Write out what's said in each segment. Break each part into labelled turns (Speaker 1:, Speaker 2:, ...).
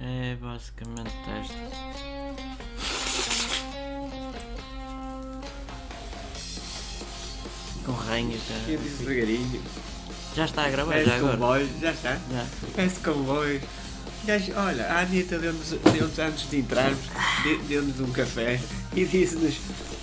Speaker 1: é basicamente é esta. Com ranhos,
Speaker 2: Eu
Speaker 1: já,
Speaker 2: disse é devagarinho.
Speaker 1: já está a gravar, já
Speaker 2: Parece
Speaker 1: agora.
Speaker 2: comboio. Já está?
Speaker 1: Já.
Speaker 2: Parece comboio. Gajo, Olha, a Anitta deu-nos, deu-nos antes de entrarmos, de- deu-nos um café e disse-nos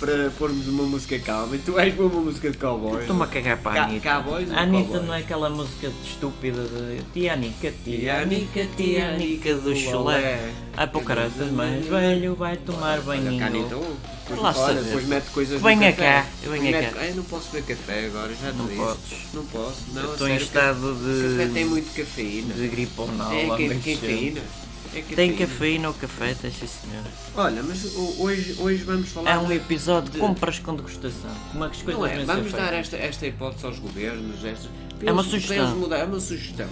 Speaker 2: para pormos uma música calma. E tu és para uma música de cowboy.
Speaker 1: Estou-me a cagar para
Speaker 2: Ca-
Speaker 1: a Anitta.
Speaker 2: cowboys ou
Speaker 1: a Anitta
Speaker 2: cowboys?
Speaker 1: não é aquela música de estúpida de Tianica, Tianica,
Speaker 2: Tianica,
Speaker 1: Tianica do
Speaker 2: Olé.
Speaker 1: chulé. Ai, pô, caralho, mais velho vai tomar
Speaker 2: Olha,
Speaker 1: banho.
Speaker 2: Canita, oh, depois
Speaker 1: Lá
Speaker 2: não fora,
Speaker 1: saber.
Speaker 2: depois mete coisas
Speaker 1: Venha
Speaker 2: no café.
Speaker 1: cá, eu venho
Speaker 2: Depois
Speaker 1: cá.
Speaker 2: mete- Ai, não posso beber café agora, já te
Speaker 1: Não
Speaker 2: disse.
Speaker 1: podes.
Speaker 2: Não posso, não,
Speaker 1: Eu
Speaker 2: a
Speaker 1: Estou em
Speaker 2: sério, café-
Speaker 1: estado
Speaker 2: Café
Speaker 1: de,
Speaker 2: tem muito cafeína.
Speaker 1: de gripe ou não.
Speaker 2: é
Speaker 1: lá
Speaker 2: que-
Speaker 1: mexeu.
Speaker 2: cafeína. É cafeína.
Speaker 1: Tem cafeína ou café, tem sim senhora.
Speaker 2: Olha, mas o- hoje, hoje vamos falar...
Speaker 1: É um
Speaker 2: de-
Speaker 1: episódio de
Speaker 2: de-
Speaker 1: compras com degustação. Como é que as coisas
Speaker 2: Não é,
Speaker 1: devem
Speaker 2: vamos
Speaker 1: ser
Speaker 2: dar
Speaker 1: feitas.
Speaker 2: esta, esta hipótese aos governos, estas,
Speaker 1: É uma
Speaker 2: para eles-
Speaker 1: sugestão.
Speaker 2: para eles mudar- é uma sugestão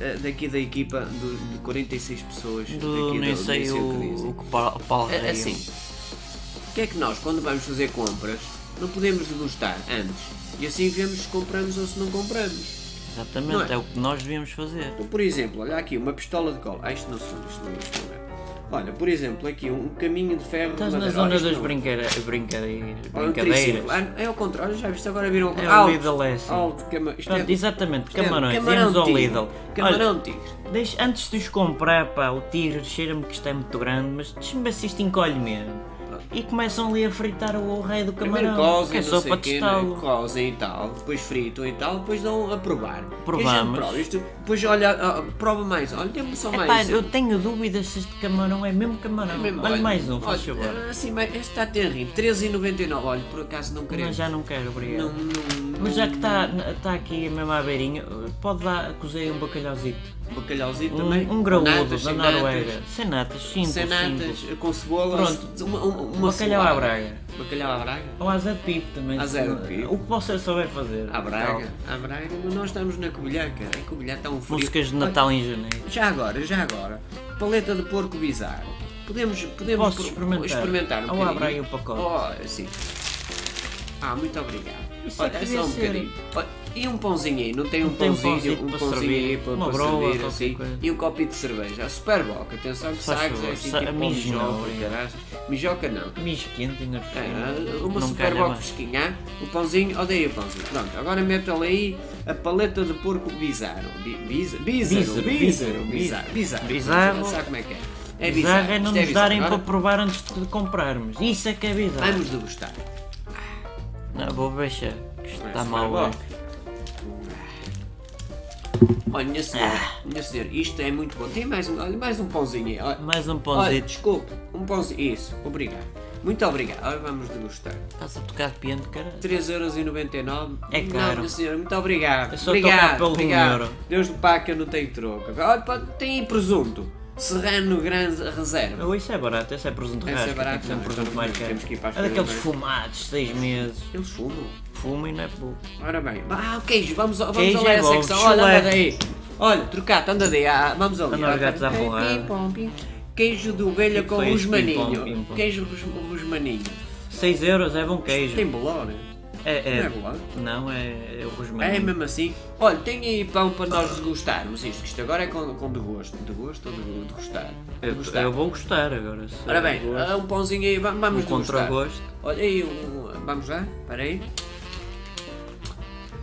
Speaker 2: eh, daqui da equipa do- de 46 pessoas
Speaker 1: Do
Speaker 2: daqui
Speaker 1: nem
Speaker 2: do- do
Speaker 1: sei
Speaker 2: Liceu que
Speaker 1: o,
Speaker 2: dizem.
Speaker 1: o que o Paulo Paulo
Speaker 2: É-
Speaker 1: Rei-
Speaker 2: assim, o que é que nós, quando vamos fazer compras, não podemos degustar antes? E assim vemos se compramos ou se não compramos. não
Speaker 1: Exatamente,
Speaker 2: é?
Speaker 1: é o que nós devíamos fazer.
Speaker 2: Então, por exemplo, olha aqui, uma pistola de cola. Ah, isto não se isto não, isto não é. Olha, por exemplo, aqui um caminho de ferro. de
Speaker 1: Estás na
Speaker 2: madeira.
Speaker 1: zona
Speaker 2: Olha, isto
Speaker 1: das
Speaker 2: não é.
Speaker 1: brincadeira, brincadeira,
Speaker 2: Olha, um
Speaker 1: brincadeiras.
Speaker 2: triciclo. Ah, é ao contrário, já viste agora viram
Speaker 1: É o Lidl, é assim.
Speaker 2: Alto, cama, isto
Speaker 1: Pronto,
Speaker 2: é-
Speaker 1: exatamente,
Speaker 2: isto é
Speaker 1: camarões.
Speaker 2: camarão
Speaker 1: Vimos ao
Speaker 2: tigre.
Speaker 1: Lidl.
Speaker 2: Camarão
Speaker 1: Olha,
Speaker 2: tigre.
Speaker 1: deixa, antes de os comprar, pá, o tigre cheira-me que isto é muito grande, mas deixa-me ver se isto encolhe mesmo.
Speaker 2: Pronto.
Speaker 1: E começam ali a fritar o, o rei do
Speaker 2: Primeiro
Speaker 1: camarão. que
Speaker 2: cozem,
Speaker 1: é
Speaker 2: não
Speaker 1: só
Speaker 2: sei
Speaker 1: para
Speaker 2: o quê, né?
Speaker 1: testá-lo.
Speaker 2: cozem e tal, depois fritam e tal, depois dão a provar.
Speaker 1: Provamos.
Speaker 2: E a gente prova isto, depois olha, ah, prova mais, olha, dê-me só mais.
Speaker 1: Epá, eu tenho dúvidas se este camarão é mesmo camarão.
Speaker 2: Mesmo,
Speaker 1: Olha mais um, faz
Speaker 2: olha,
Speaker 1: favor.
Speaker 2: ah, Assim, mas este está terrível, 13,99, olha, por acaso não
Speaker 1: Não,
Speaker 2: queremos.
Speaker 1: já não quero, obrigado.
Speaker 2: Não, não,
Speaker 1: Mas já que está tá aqui mesmo à beirinha, pode dar, cozei um bacalhauzito.
Speaker 2: Bacalhauzinho também.
Speaker 1: Um, um graúdo
Speaker 2: natas,
Speaker 1: da
Speaker 2: sem
Speaker 1: Noruega.
Speaker 2: natas,
Speaker 1: Sem natas, simples,
Speaker 2: Sem natas,
Speaker 1: simples.
Speaker 2: com cebola,
Speaker 1: Pronto.
Speaker 2: uma, uma, uma
Speaker 1: Bacalhau à
Speaker 2: cebola.
Speaker 1: braga.
Speaker 2: Bacalhau à braga?
Speaker 1: Ou à Zé de Pipo também.
Speaker 2: À
Speaker 1: se-
Speaker 2: Zé de Pipo.
Speaker 1: O que você souber fazer.
Speaker 2: À braga, à braga, mas nós estamos na Covilhã, cara, a Covilhã está um
Speaker 1: Então,
Speaker 2: frio.
Speaker 1: Músicas de
Speaker 2: Olha,
Speaker 1: Natal em janeiro.
Speaker 2: Já agora, já agora. Paleta de porco bizarro. Podemos, podemos
Speaker 1: Posso
Speaker 2: pro-
Speaker 1: experimentar?
Speaker 2: experimentar um
Speaker 1: Ou
Speaker 2: bocadinho.
Speaker 1: abra aí o pacote.
Speaker 2: Oh, sim. Ah, muito obrigado.
Speaker 1: Isso é
Speaker 2: Olha,
Speaker 1: que
Speaker 2: é só um
Speaker 1: devia ser.
Speaker 2: bocadinho. Olha, E um pãozinho aí? Não tem um
Speaker 1: Tem um
Speaker 2: pãozinho,
Speaker 1: pãozinho
Speaker 2: um
Speaker 1: para
Speaker 2: pãozinho
Speaker 1: servir,
Speaker 2: aí para,
Speaker 1: uma
Speaker 2: para
Speaker 1: broa,
Speaker 2: servir
Speaker 1: qualquer
Speaker 2: assim?
Speaker 1: coisa.
Speaker 2: E um copinho de cerveja. Superboc, atenção que
Speaker 1: Faz
Speaker 2: sagres é
Speaker 1: favor,
Speaker 2: assim
Speaker 1: sa-
Speaker 2: tipo
Speaker 1: mijo não,
Speaker 2: mijoca,
Speaker 1: obrigado.
Speaker 2: caraças. Mijoca não.
Speaker 1: Mijo quente, ainda
Speaker 2: É,
Speaker 1: fresquinho.
Speaker 2: uma
Speaker 1: Não
Speaker 2: super
Speaker 1: calha
Speaker 2: box
Speaker 1: bem.
Speaker 2: fresquinha, ah? o pãozinho, odeio o pãozinho. Pronto, agora mete-lhe aí a paleta de porco bizarro. Bi- biza-
Speaker 1: Bizarro,
Speaker 2: Bizarro, bizarro,
Speaker 1: bizarro,
Speaker 2: bizarro, bizarro.
Speaker 1: Bizarro.
Speaker 2: Sabe como é que é? É
Speaker 1: bizarro é não
Speaker 2: isto
Speaker 1: nos
Speaker 2: bizarro.
Speaker 1: darem
Speaker 2: Agora
Speaker 1: para provar antes de comprarmos. Isso é que é bizarro.
Speaker 2: Vamos degustar.
Speaker 1: Não, vou beijar. que Isto está
Speaker 2: Super
Speaker 1: Tá mal.
Speaker 2: Bock.
Speaker 1: hoje.
Speaker 2: Olha, minha senhora,
Speaker 1: Ah.
Speaker 2: minha senhora, isto é muito bom. Tem mais um, olha, mais um pãozinho aí. Olha,
Speaker 1: Mais um
Speaker 2: olha
Speaker 1: pãozito.
Speaker 2: desculpe, um pãozinho, isso, obrigado. Muito obrigado, agora vamos degustar.
Speaker 1: Estás a tocar piano, caralho.
Speaker 2: 3,99€.
Speaker 1: É
Speaker 2: Não,
Speaker 1: caro.
Speaker 2: minha senhora, muito obrigado.
Speaker 1: Eu só tocar
Speaker 2: obrigado,
Speaker 1: pelo um
Speaker 2: obrigado.
Speaker 1: euro.
Speaker 2: Deus me pague que eu não tenho troco. Olha, pá, tem aí presunto. Serrano Grande Reserva.
Speaker 1: Oh, isso é barato, esse é presunto
Speaker 2: Esse é
Speaker 1: rasca, tem
Speaker 2: barato,
Speaker 1: que ser um
Speaker 2: não,
Speaker 1: presunto
Speaker 2: então
Speaker 1: mais
Speaker 2: temos-
Speaker 1: caro.
Speaker 2: temos que ir para as
Speaker 1: É daqueles
Speaker 2: coisas
Speaker 1: fumados, seis meses.
Speaker 2: Eles fumam.
Speaker 1: Fumo e não é pouco.
Speaker 2: Ora bem, ah, o queijo, vamos, vamos
Speaker 1: Queijo
Speaker 2: ali
Speaker 1: é
Speaker 2: à
Speaker 1: bom,
Speaker 2: secção. Olha,
Speaker 1: chulé.
Speaker 2: anda daí. Olha, trocado, anda daí. Ah, vamos ali.
Speaker 1: Anda os gatos à
Speaker 2: Pim,
Speaker 1: porrada.
Speaker 2: pim, pom, pim. Queijo de ovelha
Speaker 1: Que
Speaker 2: com
Speaker 1: foi isso?
Speaker 2: rosmaninho.
Speaker 1: Pim, pom, pim, pom.
Speaker 2: Queijo ros- rosmaninho.
Speaker 1: 6 euros é bom queijo.
Speaker 2: Tem bolão, né?
Speaker 1: É, é,
Speaker 2: Não é bolão?
Speaker 1: não, é, é o rosmarinho.
Speaker 2: É mesmo assim. Olha, tem aí pão para nós degustarmos isto, que isto agora é com, com degosto. Degosto ou de- degustar?
Speaker 1: eu,
Speaker 2: Degustar.
Speaker 1: eu vou gostar agora. se
Speaker 2: Ora
Speaker 1: eu
Speaker 2: bem,
Speaker 1: gosto.
Speaker 2: ah, um pãozinho aí, va- vamos
Speaker 1: Um
Speaker 2: degustar.
Speaker 1: contragosto.
Speaker 2: Olha aí, um, vamos lá, espera aí.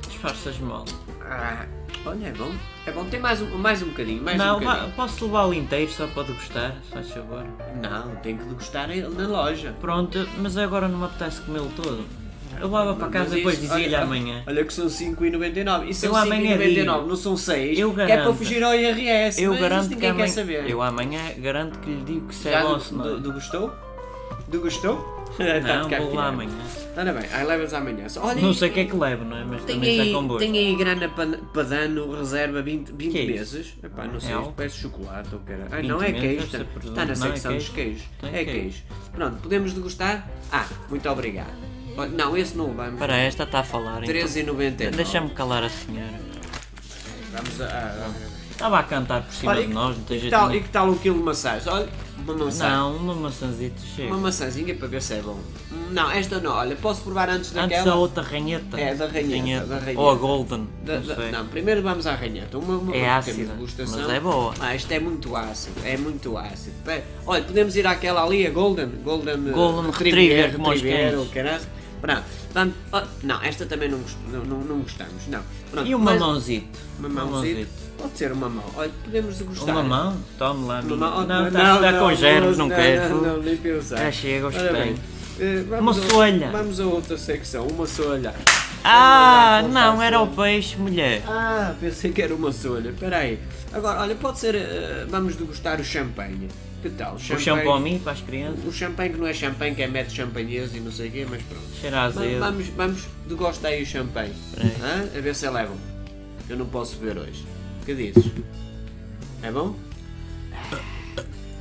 Speaker 1: disfarças mal.
Speaker 2: Ah, olha, é bom. É bom, tem mais um, mais um bocadinho, mais
Speaker 1: não,
Speaker 2: um
Speaker 1: vá-
Speaker 2: bocadinho.
Speaker 1: posso levá-lo inteiro só para degustar, se faz favor.
Speaker 2: Não, tem que degustar aí na loja.
Speaker 1: Pronto, mas agora não me apetece comê-lo todo. Eu levava para casa
Speaker 2: Mas
Speaker 1: e depois
Speaker 2: isso,
Speaker 1: dizia-lhe
Speaker 2: olha,
Speaker 1: amanhã.
Speaker 2: Olha que são 5,99. Isso são
Speaker 1: Eu amanhã
Speaker 2: 5,99,
Speaker 1: digo.
Speaker 2: não são 6.
Speaker 1: Eu
Speaker 2: Que é para
Speaker 1: garanto.
Speaker 2: fugir ao IRS.
Speaker 1: Eu
Speaker 2: mas isso
Speaker 1: garanto que
Speaker 2: ninguém
Speaker 1: amanhã,
Speaker 2: quer saber.
Speaker 1: eu amanhã garanto que lhe digo que se é
Speaker 2: Já
Speaker 1: bom ou se
Speaker 2: do,
Speaker 1: não.
Speaker 2: do,
Speaker 1: é.
Speaker 2: degustou? Degustou? Tá
Speaker 1: Não,
Speaker 2: de cá
Speaker 1: vou
Speaker 2: tirar.
Speaker 1: lá amanhã.
Speaker 2: Ora bem, aí levas amanhã. Olha,
Speaker 1: Não sei o que é que levo, não é? Mas
Speaker 2: Tem
Speaker 1: também
Speaker 2: aí,
Speaker 1: está com
Speaker 2: tem
Speaker 1: gosto.
Speaker 2: aí grana pa- padano, reserva 20, 20
Speaker 1: Que é isso?
Speaker 2: meses. Epá, não sei,
Speaker 1: É
Speaker 2: isto
Speaker 1: algo?
Speaker 2: parece chocolate ou caralho. Ah,
Speaker 1: 20
Speaker 2: não é
Speaker 1: meses,
Speaker 2: queijo,
Speaker 1: deve
Speaker 2: está,
Speaker 1: ser presunto.
Speaker 2: está na
Speaker 1: Não, é
Speaker 2: secção dos queijos.
Speaker 1: Tem
Speaker 2: É
Speaker 1: queijo.
Speaker 2: queijo. Pronto, podemos degustar? Ah, muito obrigado. Olha, Não, esse não vamos.
Speaker 1: Para esta está a falar. então.
Speaker 2: 13,99.
Speaker 1: Deixa-me calar a senhora.
Speaker 2: Vamos a. a- a-
Speaker 1: Estava a cantar por cima
Speaker 2: Olha, e
Speaker 1: de
Speaker 2: que-
Speaker 1: nós, não tem
Speaker 2: Que
Speaker 1: jeito
Speaker 2: tal, e
Speaker 1: nenhum.
Speaker 2: que tal um quilo de maçãs? Olha, uma maçã.
Speaker 1: Não, uma maçãzita chega.
Speaker 2: Uma maçãzinha para ver se é bom. Não, esta não, olha, posso provar antes daquela?
Speaker 1: Antes da outra ranheta.
Speaker 2: É, da ranheta, da ranheta.
Speaker 1: Ou a golden,
Speaker 2: Da-
Speaker 1: não
Speaker 2: da-
Speaker 1: sei.
Speaker 2: não, primeiro vamos à ranheta. Uma, uma
Speaker 1: É
Speaker 2: coisa que
Speaker 1: ácida,
Speaker 2: temos degustação.
Speaker 1: mas é boa.
Speaker 2: Ah, isto é muito ácido, é muito ácido. Bem, olha, podemos ir àquela ali, a Golden. Golden, eh,
Speaker 1: Golden Retriever, como os
Speaker 2: Retriever,
Speaker 1: cães.
Speaker 2: ou caralho. Pronto, vamos- oh, não, esta também não, gost- não, não, não gostamos, não. Pronto,
Speaker 1: E o
Speaker 2: mas-
Speaker 1: mamãozito?
Speaker 2: Mamãozito. Pode ser uma mão. Olha, podemos
Speaker 1: O
Speaker 2: degustar.
Speaker 1: mamão? Toma lá.
Speaker 2: Uma
Speaker 1: amigo.
Speaker 2: mão- oh,
Speaker 1: Não, está a dar com germes, não quero.
Speaker 2: Não, não, nem pensar.
Speaker 1: Já chega, os
Speaker 2: Ora
Speaker 1: que
Speaker 2: bem,
Speaker 1: têm.
Speaker 2: eh,
Speaker 1: Uma
Speaker 2: vamos a-
Speaker 1: solha.
Speaker 2: Vamos a outra secção, uma solha.
Speaker 1: Ah,
Speaker 2: Vamos lá,
Speaker 1: não,
Speaker 2: contar
Speaker 1: era
Speaker 2: solha.
Speaker 1: o peixe, mulher.
Speaker 2: Ah, pensei que era uma solha. Espera aí. Agora, olha, pode ser. eh, vamos degustar o champanhe. Que tal?
Speaker 1: O champomi para as crianças.
Speaker 2: O champanhe que não é champanhe, que é método champanhês e não sei o quê, mas pronto.
Speaker 1: Cheira a
Speaker 2: Va-
Speaker 1: azedo.
Speaker 2: Vamos, vamos degustar aí o champanhe.
Speaker 1: Peraí.
Speaker 2: Hã? A ver se é levam. Eu não posso ver hoje. que dizes? É bom?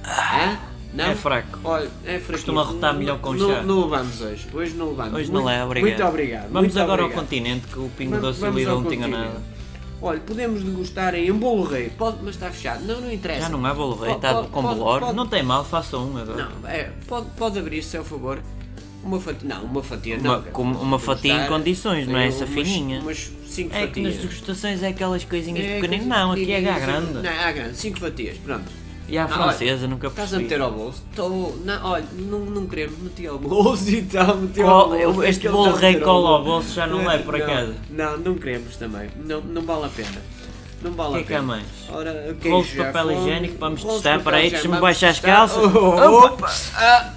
Speaker 2: Hã? Não?
Speaker 1: É fraco.
Speaker 2: Olha, é fraco.
Speaker 1: Costuma rotar melhor com
Speaker 2: não,
Speaker 1: chá.
Speaker 2: Não levamos hoje. Hoje não levamos.
Speaker 1: Hoje não
Speaker 2: Muito-
Speaker 1: é, obrigado.
Speaker 2: Muito obrigado.
Speaker 1: Vamos
Speaker 2: muito
Speaker 1: agora
Speaker 2: obrigado.
Speaker 1: ao continente que o Pingo
Speaker 2: Vamos-
Speaker 1: Doce e o
Speaker 2: vamos
Speaker 1: Lidl
Speaker 2: ao
Speaker 1: não tinha
Speaker 2: continente.
Speaker 1: nada.
Speaker 2: Olha, podemos degustar em um bolo rei, pode, mas está fechado. Não, não interessa.
Speaker 1: Já não há bolo rei,
Speaker 2: Pode-
Speaker 1: está
Speaker 2: pode-
Speaker 1: com
Speaker 2: pode-
Speaker 1: bolor.
Speaker 2: pode-
Speaker 1: Não tem mal, faça um agora.
Speaker 2: Não, é, pode, pode abrir, se é o favor. Uma fatia. Não, uma fatia
Speaker 1: Uma-
Speaker 2: não. é cara.
Speaker 1: com- uma fatia em
Speaker 2: Degustar,
Speaker 1: condições, não é
Speaker 2: tem
Speaker 1: essa
Speaker 2: umas-
Speaker 1: fininha.
Speaker 2: Umas 5
Speaker 1: É que nas
Speaker 2: fatias.
Speaker 1: degustações é aquelas coisinhas
Speaker 2: É,
Speaker 1: pequeninas.
Speaker 2: coisa
Speaker 1: Não, aqui é
Speaker 2: pequenininha,
Speaker 1: a grande.
Speaker 2: Não, é a grande, 5 fatias, pronto.
Speaker 1: E à
Speaker 2: Não,
Speaker 1: francesa,
Speaker 2: olha,
Speaker 1: nunca
Speaker 2: Estás a
Speaker 1: percebi.
Speaker 2: meter ao bolso? Estou. Não, olha, não, não queremos, meti ao bolso e tal, meti
Speaker 1: Cola-
Speaker 2: ao bolso.
Speaker 1: este
Speaker 2: é que ele
Speaker 1: bolo
Speaker 2: está a
Speaker 1: rei
Speaker 2: meter
Speaker 1: cola ao bolso, já não é, por
Speaker 2: Não,
Speaker 1: acaso.
Speaker 2: Não, não queremos também, não, não vale a pena. Não vale
Speaker 1: O que
Speaker 2: a
Speaker 1: é que há
Speaker 2: pena.
Speaker 1: mais?
Speaker 2: Ora, queijo
Speaker 1: Rolos de
Speaker 2: já
Speaker 1: papel
Speaker 2: fomos,
Speaker 1: higiênico, vamos
Speaker 2: rolos de
Speaker 1: testar,
Speaker 2: papel
Speaker 1: para aí,
Speaker 2: já
Speaker 1: deixa-me
Speaker 2: vamos
Speaker 1: baixar as
Speaker 2: testar.
Speaker 1: calças.
Speaker 2: Oh, oh,
Speaker 1: Opa!
Speaker 2: opa! Ah,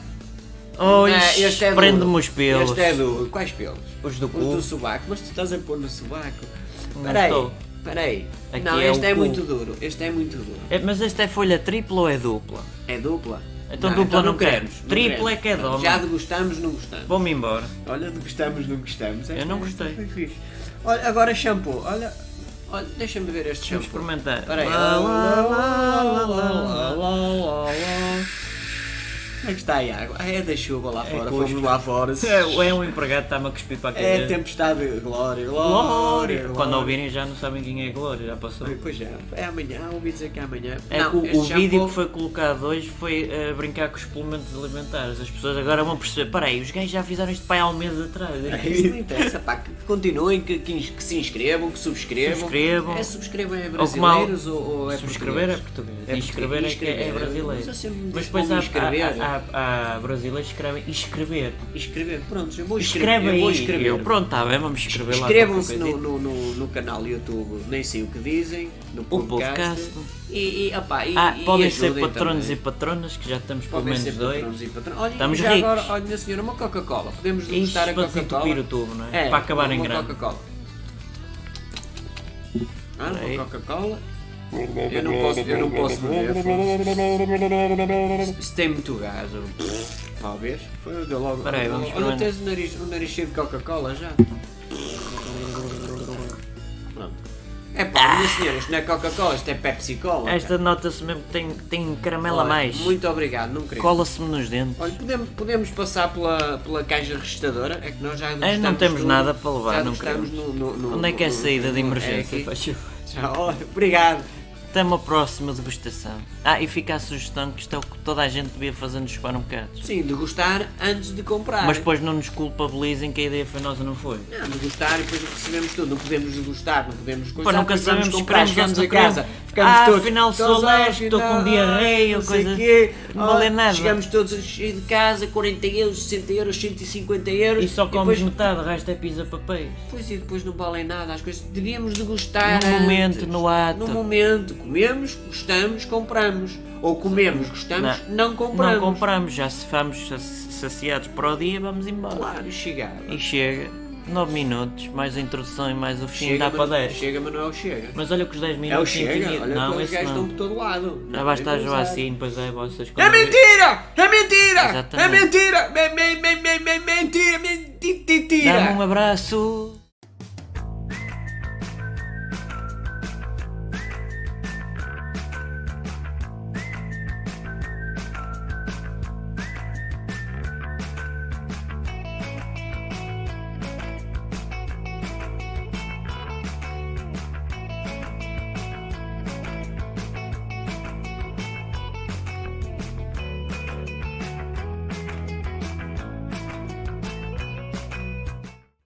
Speaker 1: Oh,
Speaker 2: ah, este é
Speaker 1: isto
Speaker 2: duro.
Speaker 1: prende-me os pelos.
Speaker 2: Este é duro. Quais pelos?
Speaker 1: Os do
Speaker 2: Os
Speaker 1: cu.
Speaker 2: do sovaco, mas tu estás a pôr no sovaco.
Speaker 1: Não
Speaker 2: Espera aí,
Speaker 1: estou.
Speaker 2: espera aí.
Speaker 1: Aqui
Speaker 2: Não,
Speaker 1: é
Speaker 2: este
Speaker 1: o
Speaker 2: é
Speaker 1: cu.
Speaker 2: muito duro, este é muito duro.
Speaker 1: É, Mas esta é folha tripla ou é dupla?
Speaker 2: É dupla?
Speaker 1: Então dupla não queremos. Tripla é que é
Speaker 2: Pronto,
Speaker 1: dobra.
Speaker 2: Já degustamos, não gostamos.
Speaker 1: Vamos embora.
Speaker 2: Olha, degustamos, não gostamos.
Speaker 1: Eu não gostei.
Speaker 2: foi fixe. Olha, agora shampoo. Olha, olha deixa-me ver este
Speaker 1: Vamos
Speaker 2: shampoo.
Speaker 1: experimentar.
Speaker 2: Espera aí.
Speaker 1: Lá, lá, lá, lá, lá, lá.
Speaker 2: Como é que está a água? Ah, É da chuva lá fora,
Speaker 1: cuspe.
Speaker 2: fomos lá fora.
Speaker 1: É, é um empregado que está-me a cuspir para a
Speaker 2: É
Speaker 1: cadeira.
Speaker 2: tempestade, glória, glória,
Speaker 1: Glória!
Speaker 2: glória.
Speaker 1: Quando ouvirem já não sabem quem é Glória, já passou.
Speaker 2: Pois é, é amanhã, ouvi dizer que é amanhã.
Speaker 1: É
Speaker 2: Não,
Speaker 1: que o,
Speaker 2: este
Speaker 1: o vídeo
Speaker 2: shampoo-
Speaker 1: que foi colocado hoje foi eh, brincar com os suplementos alimentares. As pessoas agora vão perceber, peraí, os gajos já fizeram isto para aí há um mês atrás.
Speaker 2: É, Isso não interessa, pá, que continuem, que, que, ins- que se inscrevam, que subscrevam.
Speaker 1: Subscrevam.
Speaker 2: É subscrevam é
Speaker 1: Ou como há-
Speaker 2: brasileiros ou, ou é
Speaker 1: Subscrever é
Speaker 2: português?
Speaker 1: português,
Speaker 2: É
Speaker 1: inscrever é, que é- é
Speaker 2: inscrever.
Speaker 1: brasileiro.
Speaker 2: Mas eu sempre me
Speaker 1: Mas
Speaker 2: disse para
Speaker 1: depois
Speaker 2: me
Speaker 1: há,
Speaker 2: inscrever.
Speaker 1: há, há- há brasileiros que escrevem escrever.
Speaker 2: Inscrever, pronto, eu vou escrever.
Speaker 1: Escreve
Speaker 2: eu vou
Speaker 1: aí.
Speaker 2: escrever.
Speaker 1: Eu, pronto, está bem, vamos escrever lá.
Speaker 2: Inscrevam-se
Speaker 1: qualquer
Speaker 2: no,
Speaker 1: coisita.
Speaker 2: no, no, no canal YouTube, nem sei o que dizem, no
Speaker 1: O
Speaker 2: podcast.
Speaker 1: podcast.
Speaker 2: E, e, opá, e,
Speaker 1: Ah,
Speaker 2: e
Speaker 1: podem
Speaker 2: ajudem
Speaker 1: ser patronos
Speaker 2: também.
Speaker 1: e patronas, que já estamos pelo
Speaker 2: Podem ser
Speaker 1: menos dois.
Speaker 2: patronos e patronas. Olha,
Speaker 1: Estamos
Speaker 2: já
Speaker 1: ricos.
Speaker 2: agora, olha, minha senhora, uma Coca-Cola. Podemos
Speaker 1: Isto
Speaker 2: degustar
Speaker 1: para
Speaker 2: a Coca-Cola.
Speaker 1: desentupir o tubo, não é? Para acabar em
Speaker 2: uma
Speaker 1: grande.
Speaker 2: Coca-Cola. Ah,
Speaker 1: Peraí.
Speaker 2: uma Coca-Cola. Eu não posso, eu não posso beber. foda-se. Isso tem muito gás. eu- Talvez. Foi eu dei logo.
Speaker 1: Espera aí, vamos
Speaker 2: Olha,
Speaker 1: experimentar.
Speaker 2: tens o nariz, o nariz cheio de Coca-Cola já. Pronto. É pá, minha senhora, isto não é Coca-Cola, isto é Pepsi-Cola.
Speaker 1: Esta nota-se mesmo que tem, tem
Speaker 2: cara.
Speaker 1: caramelo a
Speaker 2: Olha,
Speaker 1: mais.
Speaker 2: Muito obrigado, não queria.
Speaker 1: Cola-se-me nos dentes.
Speaker 2: Olha, podemos, podemos passar pela, pela caixa registadora? É que nós já
Speaker 1: É, não
Speaker 2: estamos
Speaker 1: temos
Speaker 2: no-
Speaker 1: nada para levar,
Speaker 2: já
Speaker 1: não
Speaker 2: estamos no- no- no-
Speaker 1: Onde é que é a
Speaker 2: no-
Speaker 1: saída de
Speaker 2: no-
Speaker 1: emergência?
Speaker 2: é aqui.
Speaker 1: faz favor?
Speaker 2: Já, olha, obrigado.
Speaker 1: Até uma próxima degustação. Ah, e fica a sugestão que isto é o que toda a gente devia fazer nos supermercados.
Speaker 2: Sim, degustar antes de comprar.
Speaker 1: Mas depois não nos culpabilizem que a ideia foi nossa, não foi?
Speaker 2: Não, degustar e depois recebemos tudo. Não podemos degustar, não podemos
Speaker 1: Pá,
Speaker 2: coisar.
Speaker 1: nunca
Speaker 2: depois vamos
Speaker 1: sabemos,
Speaker 2: comprar,
Speaker 1: esperamos
Speaker 2: chegamos
Speaker 1: ao
Speaker 2: a casa.
Speaker 1: supermercado.
Speaker 2: Ficamos
Speaker 1: Ah,
Speaker 2: todos.
Speaker 1: afinal sou
Speaker 2: todos, ah,
Speaker 1: alérgico, estou com
Speaker 2: afinal,
Speaker 1: diarreia,
Speaker 2: não sei
Speaker 1: coisa-
Speaker 2: quê.
Speaker 1: não vale
Speaker 2: Ah,
Speaker 1: nada.
Speaker 2: Chegamos todos cheios de casa, 40 euros, 60 euros, 150 euros.
Speaker 1: E só comes
Speaker 2: depois-
Speaker 1: metade, o resto é pizza papéis.
Speaker 2: Pois e depois não valem nada as coisas. Devíamos degustar.
Speaker 1: No
Speaker 2: antes.
Speaker 1: momento, no ato.
Speaker 2: No momento. Comemos, gostamos, compramos. Ou comemos, gostamos, não,
Speaker 1: Não
Speaker 2: compramos.
Speaker 1: compramos, já se fomos saci- saciados para o dia, vamos embora.
Speaker 2: Claro, chegava.
Speaker 1: E chega, 9 minutos, mais a introdução e mais o fim, dá
Speaker 2: Manu-
Speaker 1: para 10.
Speaker 2: Chega, Manuel, chega.
Speaker 1: Mas olha que os 10 minutos.
Speaker 2: É o
Speaker 1: tinha
Speaker 2: chega,
Speaker 1: que-
Speaker 2: olha
Speaker 1: não,
Speaker 2: que os
Speaker 1: esse
Speaker 2: gajos
Speaker 1: não.
Speaker 2: estão por todo lado.
Speaker 1: Já basta a
Speaker 2: Não,
Speaker 1: Joacim, pois é, vocês
Speaker 2: É mentira! É mentira! É
Speaker 1: Exatamente.
Speaker 2: mentira! Me- me- me- me- me- Mentira! Mentira!
Speaker 1: Dá-me um
Speaker 2: Mentira!
Speaker 1: abraço.